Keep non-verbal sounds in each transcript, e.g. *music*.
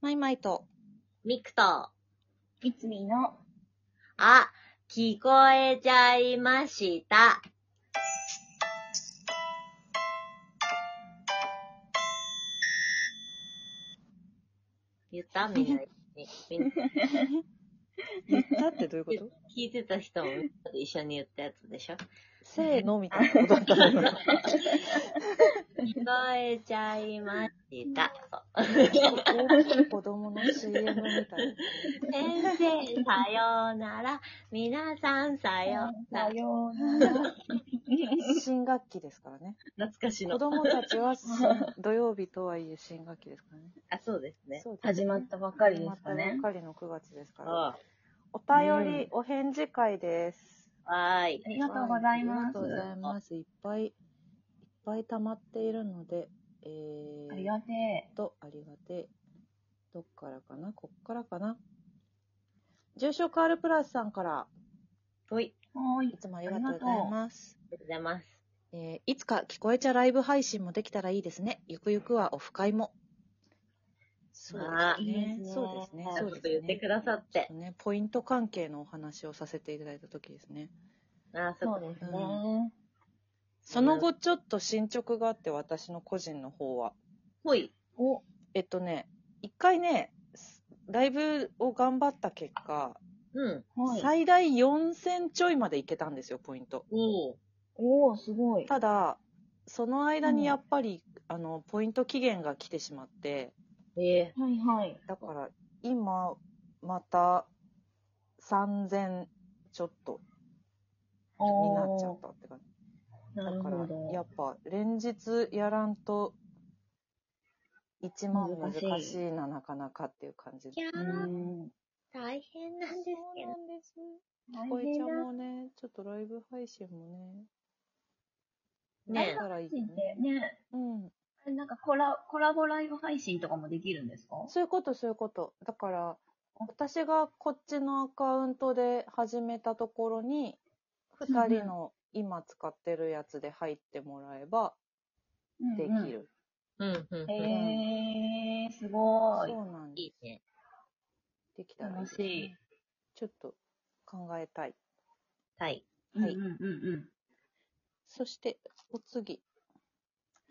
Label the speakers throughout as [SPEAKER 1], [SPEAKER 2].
[SPEAKER 1] マイマイ
[SPEAKER 2] *laughs*
[SPEAKER 1] と、
[SPEAKER 3] ミクと、
[SPEAKER 2] いつみの、
[SPEAKER 3] あ、聞こえちゃいました。言ったみんな。みんな
[SPEAKER 1] 言ったってどういうこ
[SPEAKER 3] *laughs* 聞
[SPEAKER 2] *laughs*
[SPEAKER 1] と
[SPEAKER 3] いてた人もみんなで一緒に言ったやつでしょ
[SPEAKER 1] せーのみたいなことだったの今
[SPEAKER 3] 聞こえちゃいました。そう
[SPEAKER 1] 大きい子供の CM みたい
[SPEAKER 3] 先生、さようなら。皆さん、さような
[SPEAKER 2] さ
[SPEAKER 3] ら。
[SPEAKER 2] ようなら。
[SPEAKER 1] な。新学期ですからね。
[SPEAKER 3] 懐かし
[SPEAKER 1] 子
[SPEAKER 3] の。
[SPEAKER 1] 供たちは新土曜日とはいえ新学期ですからね。
[SPEAKER 3] あ、そうですね。
[SPEAKER 1] そうです
[SPEAKER 2] 始まったばかりですか
[SPEAKER 1] 始ま
[SPEAKER 2] ね
[SPEAKER 1] った。ばかりの9月ですから。
[SPEAKER 3] あ
[SPEAKER 1] お便り、お返事会です。
[SPEAKER 3] あはーい
[SPEAKER 2] あ。りがとうござい
[SPEAKER 1] あり
[SPEAKER 2] ま
[SPEAKER 1] が
[SPEAKER 2] す
[SPEAKER 1] と。うございます。いっぱい、いっぱい溜まっているので、えー、
[SPEAKER 2] ありがてえ。
[SPEAKER 1] とありがてえ。どっからかなこっからかな重症カールプラスさんから
[SPEAKER 3] ほい。
[SPEAKER 2] はーい
[SPEAKER 1] い。つもありがとうございます。
[SPEAKER 3] ありがとうございます。
[SPEAKER 1] えーいつか聞こえちゃライブ配信もできたらいいですね。ゆくゆくはオフ会も。そうですね。そうですね。
[SPEAKER 3] ち
[SPEAKER 1] そ
[SPEAKER 3] ょ
[SPEAKER 1] うで
[SPEAKER 3] っと
[SPEAKER 1] すね
[SPEAKER 3] 言ってくださって。
[SPEAKER 1] ね。ポイント関係のお話をさせていただいた時ですね。
[SPEAKER 3] ああ、そ
[SPEAKER 2] そううですね。
[SPEAKER 1] その後ちょっと進捗があって、私の個人の方は。
[SPEAKER 3] ほい。
[SPEAKER 2] お、
[SPEAKER 1] えっとね、一回ね、ライブを頑張った結果、
[SPEAKER 3] うん。
[SPEAKER 2] はい。
[SPEAKER 1] 最大4000ちょいまでいけたんですよ、ポイント。
[SPEAKER 3] おお。
[SPEAKER 2] おー、すごい。
[SPEAKER 1] ただ、その間
[SPEAKER 2] うん
[SPEAKER 1] にやっぱり、あの、ポイント期限が来てしまって、
[SPEAKER 3] ええ
[SPEAKER 2] はいはい。
[SPEAKER 1] だから、今、また、3000ちょっとになっちゃったって感じ。
[SPEAKER 2] あーな
[SPEAKER 1] だ
[SPEAKER 2] る
[SPEAKER 1] か
[SPEAKER 2] ほ
[SPEAKER 1] ら、や
[SPEAKER 2] ど。
[SPEAKER 1] っぱ、連日やらんと、1万難
[SPEAKER 2] 難しい
[SPEAKER 1] しいな、なかなかっていう感じで。
[SPEAKER 3] いや
[SPEAKER 2] う
[SPEAKER 3] ー、
[SPEAKER 2] ん
[SPEAKER 3] 大変なんですけど。
[SPEAKER 1] です。
[SPEAKER 2] 大
[SPEAKER 1] こえち
[SPEAKER 2] 変
[SPEAKER 1] ゃ
[SPEAKER 2] だ。
[SPEAKER 1] んもね、ちょっとライブ配信もね、
[SPEAKER 3] ね
[SPEAKER 1] で
[SPEAKER 3] え
[SPEAKER 1] きたらいい
[SPEAKER 2] 配信
[SPEAKER 1] よ
[SPEAKER 2] っ
[SPEAKER 1] ね。
[SPEAKER 2] てね、
[SPEAKER 1] うん。
[SPEAKER 2] なんかコラコラボライブ配信とかもできるんですか
[SPEAKER 1] そういうこと、そういうこと。だから、私がこっちのアカウントで始めたところに、
[SPEAKER 2] うんうん
[SPEAKER 1] 二人の今使ってるやつで入ってもらえばでき。る。
[SPEAKER 3] うん、うん。
[SPEAKER 2] へ
[SPEAKER 3] うん
[SPEAKER 2] えー、すごい。
[SPEAKER 1] そうなんで
[SPEAKER 3] いいね。
[SPEAKER 1] す。できたらいいです
[SPEAKER 2] 楽しい
[SPEAKER 1] ね。ちょっと考えたい。
[SPEAKER 3] はい。
[SPEAKER 1] はい
[SPEAKER 2] うんうん
[SPEAKER 1] そして、お次。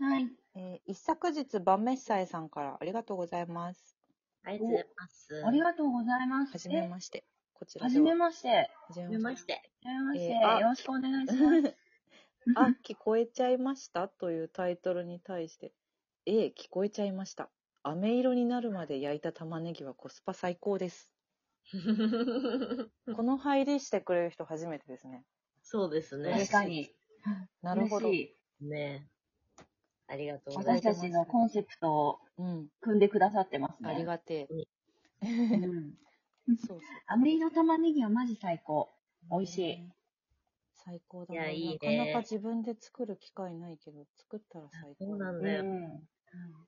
[SPEAKER 2] うん。はい。
[SPEAKER 1] えー一昨日、晩メッサイさんからありがとうございます。
[SPEAKER 3] ありがとうございます。
[SPEAKER 2] ありがとうございます。
[SPEAKER 1] はじめまして。こち
[SPEAKER 2] え
[SPEAKER 1] ら
[SPEAKER 2] は
[SPEAKER 1] で
[SPEAKER 2] じめ
[SPEAKER 1] は。
[SPEAKER 2] まして。は
[SPEAKER 1] はじ
[SPEAKER 3] と
[SPEAKER 1] め
[SPEAKER 3] うございまして。
[SPEAKER 2] じめまして。
[SPEAKER 1] えーあ
[SPEAKER 2] よろしくお願いします。
[SPEAKER 1] *laughs* あ、聞こえちゃいましたというタイトルに対して、ええ、聞こえちゃいました。飴色になるまで焼いた玉ねぎはコスパ最高です。この入りしてくれる人初めてですね。
[SPEAKER 3] *laughs* そうですね。
[SPEAKER 2] 確かに。
[SPEAKER 1] *laughs* なるほど。
[SPEAKER 2] 嬉しい
[SPEAKER 3] ねえありがとうござい
[SPEAKER 2] 私
[SPEAKER 3] ま
[SPEAKER 2] た
[SPEAKER 3] す。
[SPEAKER 2] ちのコンセプトを
[SPEAKER 1] うん。
[SPEAKER 2] 組んでくださってますね。
[SPEAKER 1] ありがて
[SPEAKER 2] う
[SPEAKER 1] え。
[SPEAKER 2] ん。
[SPEAKER 1] そうそ
[SPEAKER 2] アメリの玉ねぎはマジ最高。
[SPEAKER 1] う。
[SPEAKER 2] 美味しい。
[SPEAKER 1] 最高だ
[SPEAKER 3] いや
[SPEAKER 1] な。
[SPEAKER 3] いいね
[SPEAKER 1] なかなか自分で作る機会ないけど、作ったら最
[SPEAKER 3] そ
[SPEAKER 1] 高。
[SPEAKER 3] うな
[SPEAKER 1] だ
[SPEAKER 3] ん
[SPEAKER 2] う
[SPEAKER 3] だよ。
[SPEAKER 2] ん。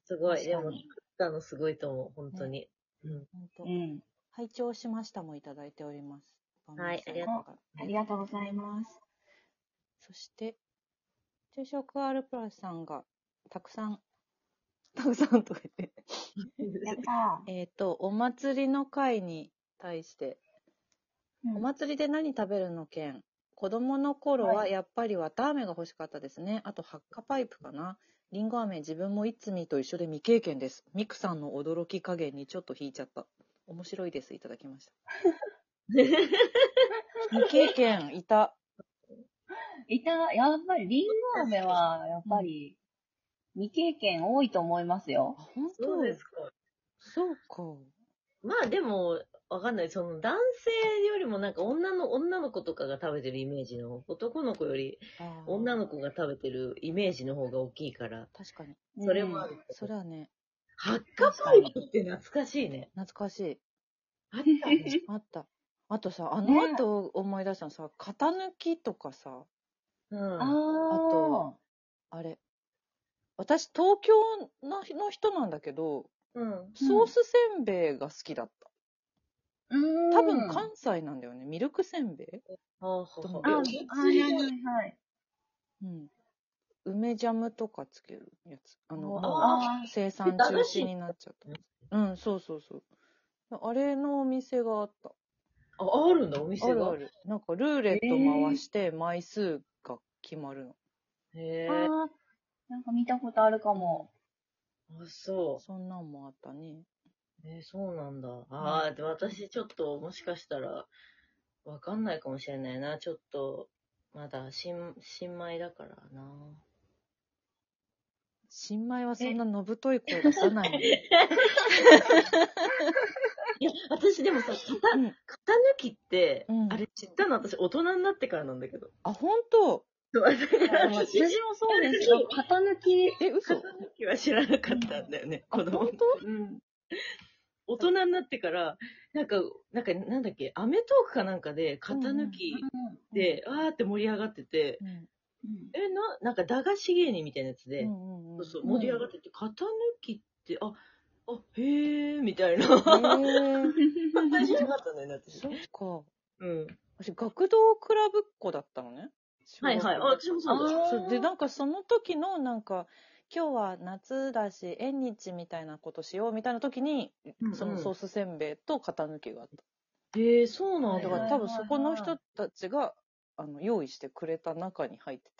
[SPEAKER 3] すごい。
[SPEAKER 2] 確
[SPEAKER 3] で
[SPEAKER 2] か
[SPEAKER 3] も、作
[SPEAKER 2] に
[SPEAKER 3] ったのすごいと思う。本当に。うん。
[SPEAKER 1] 本当
[SPEAKER 2] う。ん。
[SPEAKER 1] 拝聴しましたもいただいております。
[SPEAKER 3] はい
[SPEAKER 1] 晩飯さん
[SPEAKER 2] ありが
[SPEAKER 1] から
[SPEAKER 2] ありがとうございます。
[SPEAKER 1] そして、昼食 R プラスさんが、たくさん、 *laughs* たくさんとか言って、
[SPEAKER 2] やった
[SPEAKER 1] えっと、お祭りの会に対して、
[SPEAKER 2] ー。
[SPEAKER 1] お
[SPEAKER 2] うん
[SPEAKER 1] 祭りで何食べるの件、子供の頃は
[SPEAKER 2] は
[SPEAKER 1] やっぱり綿飴が欲しかったですね。あと、ハッカパイプかな。りんご飴、自分もいつみと一緒で未経験です。ミクさんの驚き加減にちょっと引いちゃった。面白いです。いただきま
[SPEAKER 3] *laughs*
[SPEAKER 1] した。未経験、いた。
[SPEAKER 2] いた、やっぱりリンゴ飴は、やっぱり、未経験多いと思いますよ。
[SPEAKER 1] あ本当
[SPEAKER 3] そうですか。
[SPEAKER 1] そうか。
[SPEAKER 3] まあでも、わかんない。その男性よりもなんか女の、女の子とかが食べてるイメージの、男の子より
[SPEAKER 1] あー
[SPEAKER 3] 女の子が食べてるイメージの方が大きいから、
[SPEAKER 1] 確かに。
[SPEAKER 3] それもあ
[SPEAKER 2] う
[SPEAKER 3] る
[SPEAKER 2] ん。
[SPEAKER 3] け
[SPEAKER 1] そ
[SPEAKER 3] ど。
[SPEAKER 1] れはね、
[SPEAKER 3] 発火パイプって懐かしいね。
[SPEAKER 1] 懐かしい。
[SPEAKER 3] あったね。
[SPEAKER 1] あった。あとさ、あ
[SPEAKER 2] ね
[SPEAKER 1] の後思い出したのさ、型抜きとかさ、
[SPEAKER 3] うん。
[SPEAKER 2] あー。
[SPEAKER 1] あとあれ。私、東京のの人なんだけど、
[SPEAKER 3] うん。
[SPEAKER 1] ソースせんべいが好きだった。
[SPEAKER 2] うん、
[SPEAKER 1] 多分関西なんだよね。ミルクせんべい
[SPEAKER 3] ほうほうほう
[SPEAKER 2] あ、
[SPEAKER 1] あ
[SPEAKER 2] はいはいはい。
[SPEAKER 1] うん。梅ジャムとかつけるやつ。あの、
[SPEAKER 3] あー
[SPEAKER 1] もう生産中止になっちゃった。うん、そうそうそう。あれのお店があった。
[SPEAKER 3] あ、あるんだ、お店
[SPEAKER 1] ある
[SPEAKER 3] が。
[SPEAKER 1] ある。なんかルーレット回して枚数が決まるの。
[SPEAKER 3] へえ。
[SPEAKER 2] ああ、なんか見たことあるかも。
[SPEAKER 3] あ、そ
[SPEAKER 1] そんなんもあったね。
[SPEAKER 3] う。えーそうなんだ。ああ、で私ちょっともしかしたら、わかんないかもしれないな。ちょっと、まだ新、新米だからな。
[SPEAKER 1] 新米はそんなのぶとい声出さ
[SPEAKER 3] *laughs*
[SPEAKER 1] ないのに。
[SPEAKER 3] いや、私でもさ、型、型
[SPEAKER 1] うん
[SPEAKER 3] 抜きって、
[SPEAKER 1] うん
[SPEAKER 3] あれ知ったの私大人になってからなんだけど。
[SPEAKER 1] あ、ほんと
[SPEAKER 3] そうだから
[SPEAKER 2] でも
[SPEAKER 3] 私
[SPEAKER 2] 私もそうですけど、型抜き、
[SPEAKER 1] え、嘘
[SPEAKER 3] 時は知らなかったんだよね、
[SPEAKER 1] あ、ほ
[SPEAKER 3] 子
[SPEAKER 1] ん
[SPEAKER 3] 供
[SPEAKER 1] と
[SPEAKER 3] の時。うん。大人になってから、なんか、なんか、なんだっけ、アメトークかなんかで、型抜きで、わーって盛り上がってて、
[SPEAKER 1] うん。
[SPEAKER 2] うん
[SPEAKER 3] え、な、なんか、駄菓子芸人みたいなやつ
[SPEAKER 1] う
[SPEAKER 3] で、
[SPEAKER 1] んうん
[SPEAKER 3] そうそう、
[SPEAKER 2] ん
[SPEAKER 3] 盛り上がってて、型抜きって、あ、あ、へー、みたいな。
[SPEAKER 1] うん。へえ、
[SPEAKER 3] *laughs* 大丈夫だったんだよね、私。
[SPEAKER 1] そっか。
[SPEAKER 3] うん。
[SPEAKER 1] 私、学童クラブっ子だったのね。
[SPEAKER 3] はいはい。あ、私もそうだ。
[SPEAKER 1] そうでなんかその時のなんか今日は夏だし縁日みたいなことしようみたいな時に、
[SPEAKER 3] うんうん
[SPEAKER 1] そのソースせんべいと型抜きがあった、
[SPEAKER 3] へー、そうなん
[SPEAKER 1] だ
[SPEAKER 3] だ。
[SPEAKER 1] か
[SPEAKER 2] は
[SPEAKER 1] ら
[SPEAKER 2] い
[SPEAKER 1] 多分そこの人たちがあの用意してくれた中に入って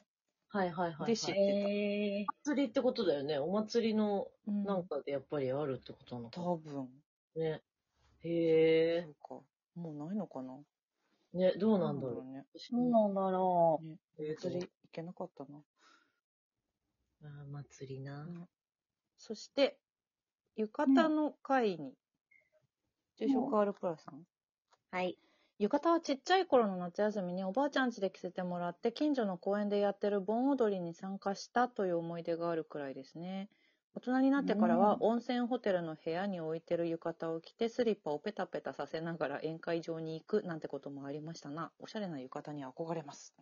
[SPEAKER 3] はいはい
[SPEAKER 1] た
[SPEAKER 3] はい。
[SPEAKER 1] で知っ
[SPEAKER 3] はい
[SPEAKER 1] て
[SPEAKER 2] え
[SPEAKER 3] お祭りってことだよね。お祭りの
[SPEAKER 1] た、うん
[SPEAKER 3] なんかでやっぱりあるってことなのか
[SPEAKER 1] 多分
[SPEAKER 3] ね。へ
[SPEAKER 1] そうかもうないのかな
[SPEAKER 3] え。ね、どう
[SPEAKER 1] ど
[SPEAKER 3] なんだろ
[SPEAKER 1] うね
[SPEAKER 3] う。
[SPEAKER 2] ー、どうなんだろ
[SPEAKER 3] えーと
[SPEAKER 1] 釣り行けなかったな、
[SPEAKER 3] あー祭りな。
[SPEAKER 1] うんそして浴衣の会に、住職 R プラさん
[SPEAKER 3] *laughs* はい。
[SPEAKER 1] 浴衣はちっちゃい頃の夏休みにおばあちゃん家で着せてもらって近所の公園でやってる盆踊りに参加したという思い出があるくらいですね大人になってからは温泉ホテルの部屋に置いてる浴衣を着てスリッパをペタペタさせながら宴会場に行くなんてこともありましたなおしゃれな浴衣に憧れます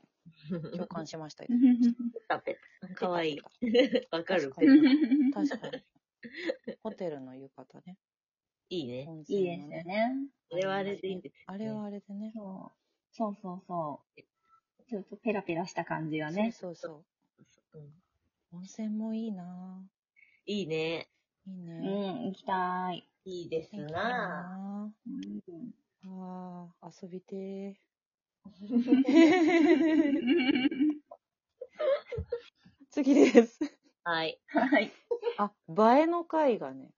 [SPEAKER 1] 共感しました
[SPEAKER 2] う。
[SPEAKER 3] *laughs* タペかわいい。 *laughs* わかる
[SPEAKER 1] 確。かに確かにホテルの浴衣ね
[SPEAKER 3] *laughs* いいね。
[SPEAKER 1] 温
[SPEAKER 2] いい
[SPEAKER 1] 泉
[SPEAKER 2] で
[SPEAKER 1] の
[SPEAKER 2] すよね。
[SPEAKER 3] あれはあれでいいんですね
[SPEAKER 1] あれはあれでね
[SPEAKER 2] そうそうそうそう。ちょっとペラペラした感じがね。
[SPEAKER 1] そうそうそ
[SPEAKER 3] うん
[SPEAKER 1] う温泉もいいない
[SPEAKER 3] いね。
[SPEAKER 1] いいね、
[SPEAKER 2] うん、行きたい。
[SPEAKER 3] いいです
[SPEAKER 1] いい
[SPEAKER 3] な。
[SPEAKER 1] な
[SPEAKER 2] うん
[SPEAKER 1] あああ、遊びてー。次です。
[SPEAKER 3] はい。
[SPEAKER 2] はい。
[SPEAKER 1] あ、映えの回がね、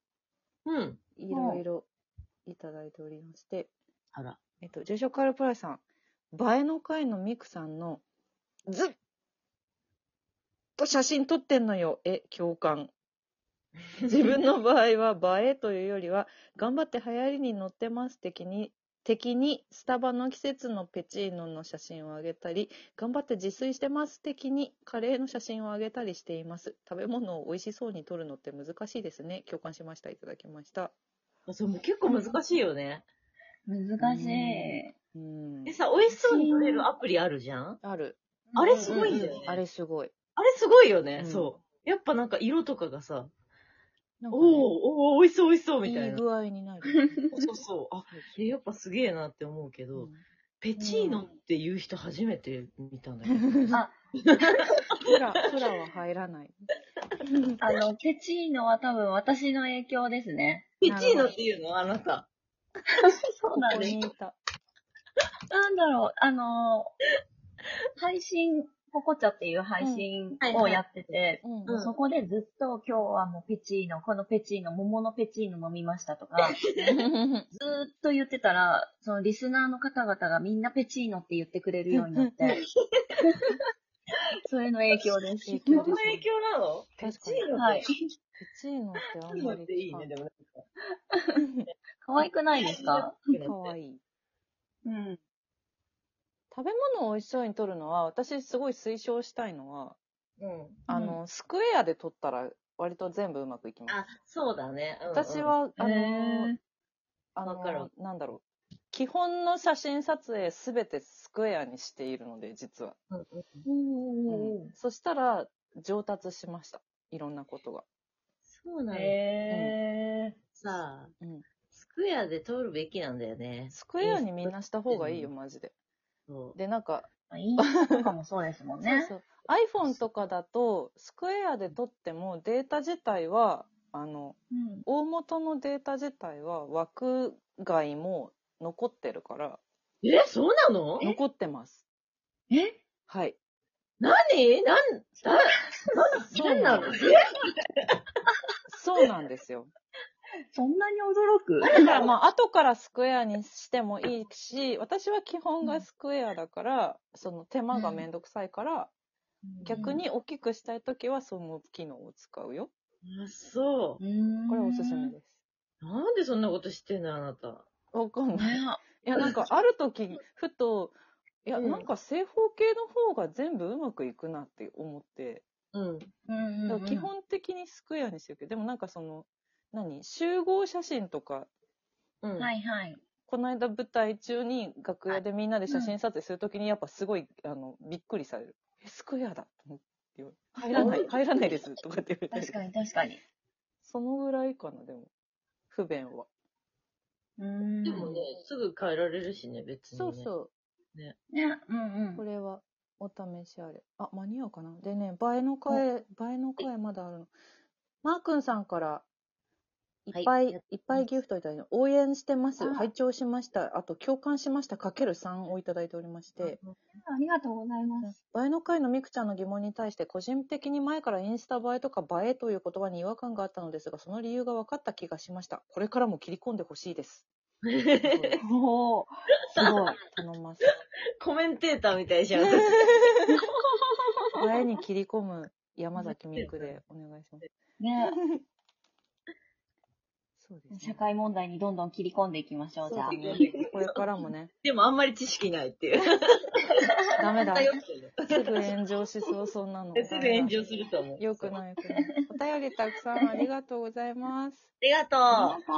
[SPEAKER 3] うん。
[SPEAKER 1] いろいろいただいておりまして、
[SPEAKER 3] あ *laughs* ら。
[SPEAKER 1] えっと、住職カルプライさん、映えの回のミクさんの、ずっと写真撮ってんのよ、え、共感。
[SPEAKER 3] *laughs*
[SPEAKER 1] 自分の場合は映えというよりは、頑張って流行りに乗ってます的に、的にスタバの季節のペチーノの写真をあげたり、頑張って自炊してます的にカレーの写真をあげたりしています。食べ物を美味しそうに撮るのって難しいですね。共感しました。いただきました。
[SPEAKER 3] そう、もう結構難しいよね。
[SPEAKER 2] 難しい。
[SPEAKER 1] うん
[SPEAKER 3] え、。さ、美味しそうに撮れるアプリあるじゃん
[SPEAKER 1] ある。
[SPEAKER 3] あれすごいんだよね。
[SPEAKER 1] あれすごい。
[SPEAKER 3] あれすごいよね。
[SPEAKER 1] うん
[SPEAKER 3] そう。やっぱなんか色とかがさ、
[SPEAKER 1] なんかね
[SPEAKER 3] おーおー、美味しそう美味しそうみた
[SPEAKER 1] い
[SPEAKER 3] い
[SPEAKER 1] い
[SPEAKER 3] な。
[SPEAKER 1] 具合になる。
[SPEAKER 3] *laughs* そうそう。あ、えやっぱすげえなって思うけど、
[SPEAKER 1] うん
[SPEAKER 3] ペチーノっていう人初めて見たんだけど。
[SPEAKER 1] プラ、プラは入ら
[SPEAKER 3] *laughs*
[SPEAKER 1] ない。
[SPEAKER 2] あの、ペチーノは多分私の影響ですね。
[SPEAKER 3] ペチーノっていうのあなた。
[SPEAKER 2] そうなん
[SPEAKER 1] ここ
[SPEAKER 2] です
[SPEAKER 1] に。いた。
[SPEAKER 2] なんだろう、あのー配信、ポコチャっていう配信
[SPEAKER 3] はいはい
[SPEAKER 2] をやってて、
[SPEAKER 1] うん。
[SPEAKER 3] うん
[SPEAKER 2] そこでずっと今日はもうペチーノ、このペチーノ、桃のペチーノ飲みましたとか、
[SPEAKER 1] *laughs*
[SPEAKER 2] ずーっと言ってたら、そのリスナーの方々がみんなペチーノって言ってくれるようになって、それの影響です。
[SPEAKER 1] 影
[SPEAKER 3] そ
[SPEAKER 1] 響
[SPEAKER 3] の
[SPEAKER 1] です
[SPEAKER 3] 影響なのペ
[SPEAKER 1] 確
[SPEAKER 3] チ
[SPEAKER 1] かに
[SPEAKER 3] ーノって、
[SPEAKER 2] はい
[SPEAKER 3] ペ。
[SPEAKER 1] ペチーノってあ
[SPEAKER 3] チ
[SPEAKER 1] んま
[SPEAKER 3] ーノっ
[SPEAKER 1] り
[SPEAKER 3] ていいね、
[SPEAKER 1] 聞
[SPEAKER 3] でも
[SPEAKER 2] 可愛くないですか
[SPEAKER 3] なん
[SPEAKER 1] か
[SPEAKER 3] か。
[SPEAKER 1] わいい。
[SPEAKER 2] うん。
[SPEAKER 1] 食べ物を美味しそうに撮るのは、私すごい推奨したいのは、
[SPEAKER 3] うん。
[SPEAKER 1] あの、スクエアで撮ったら割と全部うまくいきます。
[SPEAKER 3] あ、そうだね。うんうん
[SPEAKER 1] 私、は、あ
[SPEAKER 2] へ
[SPEAKER 1] の
[SPEAKER 2] ー、
[SPEAKER 1] あ
[SPEAKER 3] わかる
[SPEAKER 1] の、なんだろう。基本の写真撮影すべてスクエアにしているので、実は。
[SPEAKER 3] うんうん
[SPEAKER 1] うんそしたら、上達しました。いろんなことが。
[SPEAKER 3] そうなの。
[SPEAKER 2] へ
[SPEAKER 3] さあ
[SPEAKER 1] うん、
[SPEAKER 3] スクエアで通るべきなんだよね。
[SPEAKER 1] スクエアにみんなした方がいいよ、
[SPEAKER 3] う
[SPEAKER 1] マジで。
[SPEAKER 3] そう
[SPEAKER 1] で、なんか、
[SPEAKER 2] ー。インスタとかもそうですもんね。
[SPEAKER 1] そうそう iPhone とかだと、スクエアで撮ってもデータ自体はあの
[SPEAKER 2] うん。
[SPEAKER 1] 大元のデータ自体は枠外も残ってるから
[SPEAKER 3] え、そうなの
[SPEAKER 1] 残ってます
[SPEAKER 2] え
[SPEAKER 1] はい
[SPEAKER 3] 何なん、だ、 *laughs* 何なの
[SPEAKER 1] そうなんで
[SPEAKER 3] え
[SPEAKER 1] すそうなんですよ
[SPEAKER 2] そんなに驚く
[SPEAKER 1] だからまあ後からスクエアにしてもいいし私は基本がスクエアだから、その手間がめんどくさいから、逆に大きくしたい時はその機能を使うよ
[SPEAKER 3] あ、そう
[SPEAKER 2] ーん。
[SPEAKER 1] これおすすめです
[SPEAKER 3] う。なんでそんなことしてんのあなた。
[SPEAKER 1] わかんない
[SPEAKER 2] ね
[SPEAKER 1] いやなんかある時ふといや、
[SPEAKER 3] うん
[SPEAKER 1] なんか正方形の方が全部うまくいくなって思って、
[SPEAKER 3] うん。
[SPEAKER 2] うんうん
[SPEAKER 1] だ
[SPEAKER 2] う
[SPEAKER 1] か
[SPEAKER 2] ん。
[SPEAKER 1] ら基本的にスクエアにしてるけどでもなんかその何集合写真とか
[SPEAKER 3] うん。
[SPEAKER 2] はいはい。
[SPEAKER 1] この間舞台中に楽屋でみんなで写真撮影するときにやっぱすごい、あのびっくりされる「えスクエアだ」と思って言われ入らない入らないです」とかって言われ
[SPEAKER 2] 確
[SPEAKER 1] た
[SPEAKER 2] か
[SPEAKER 1] り
[SPEAKER 2] に確かに。
[SPEAKER 1] そのぐらいかなでも不便は、
[SPEAKER 2] うーん。
[SPEAKER 3] でもね、すぐ変えられるしね、別に、ね。
[SPEAKER 1] そうそう
[SPEAKER 2] ね。うんうん。
[SPEAKER 1] これはお試しあれあ間に合うかなでね映えの会映えの会まだあるのマー君さんからいっぱい、
[SPEAKER 3] はい
[SPEAKER 1] い、っぱいギフトいただいて、応援してます
[SPEAKER 2] あ、
[SPEAKER 1] 拝聴しました、あと共感しました、かける3をいただいておりまして、
[SPEAKER 2] ありがとうございます。
[SPEAKER 1] 映えの会のみくちゃんの疑問に対して個人的に前からインスタ映えとか映えという言葉に違和感があったのですがその理由が分かった気がしましたこれからも切り込んでほしいです *laughs*
[SPEAKER 2] おー
[SPEAKER 1] すごい頼 *laughs* ます
[SPEAKER 3] *laughs* コメンテーターみたい
[SPEAKER 1] *laughs*
[SPEAKER 3] じ *laughs* ゃん。
[SPEAKER 1] 映えに切り込む山崎みくでお願いします
[SPEAKER 2] ね
[SPEAKER 1] そうです
[SPEAKER 2] *laughs* 社
[SPEAKER 1] ね
[SPEAKER 2] 会問題にどんどん切り込んでいきましょう、じゃあ
[SPEAKER 1] そう。ですねこれからもね
[SPEAKER 3] でもあんまり知識ないっていう。
[SPEAKER 1] ダ
[SPEAKER 3] *laughs*
[SPEAKER 1] メだ
[SPEAKER 3] 偏
[SPEAKER 1] す
[SPEAKER 3] ってる
[SPEAKER 1] ぐ炎上しそうそんなの
[SPEAKER 3] *laughs* すぐ炎上すると思う。
[SPEAKER 1] よくないよくないお便りたくさんありがとうございます
[SPEAKER 3] ありがとう。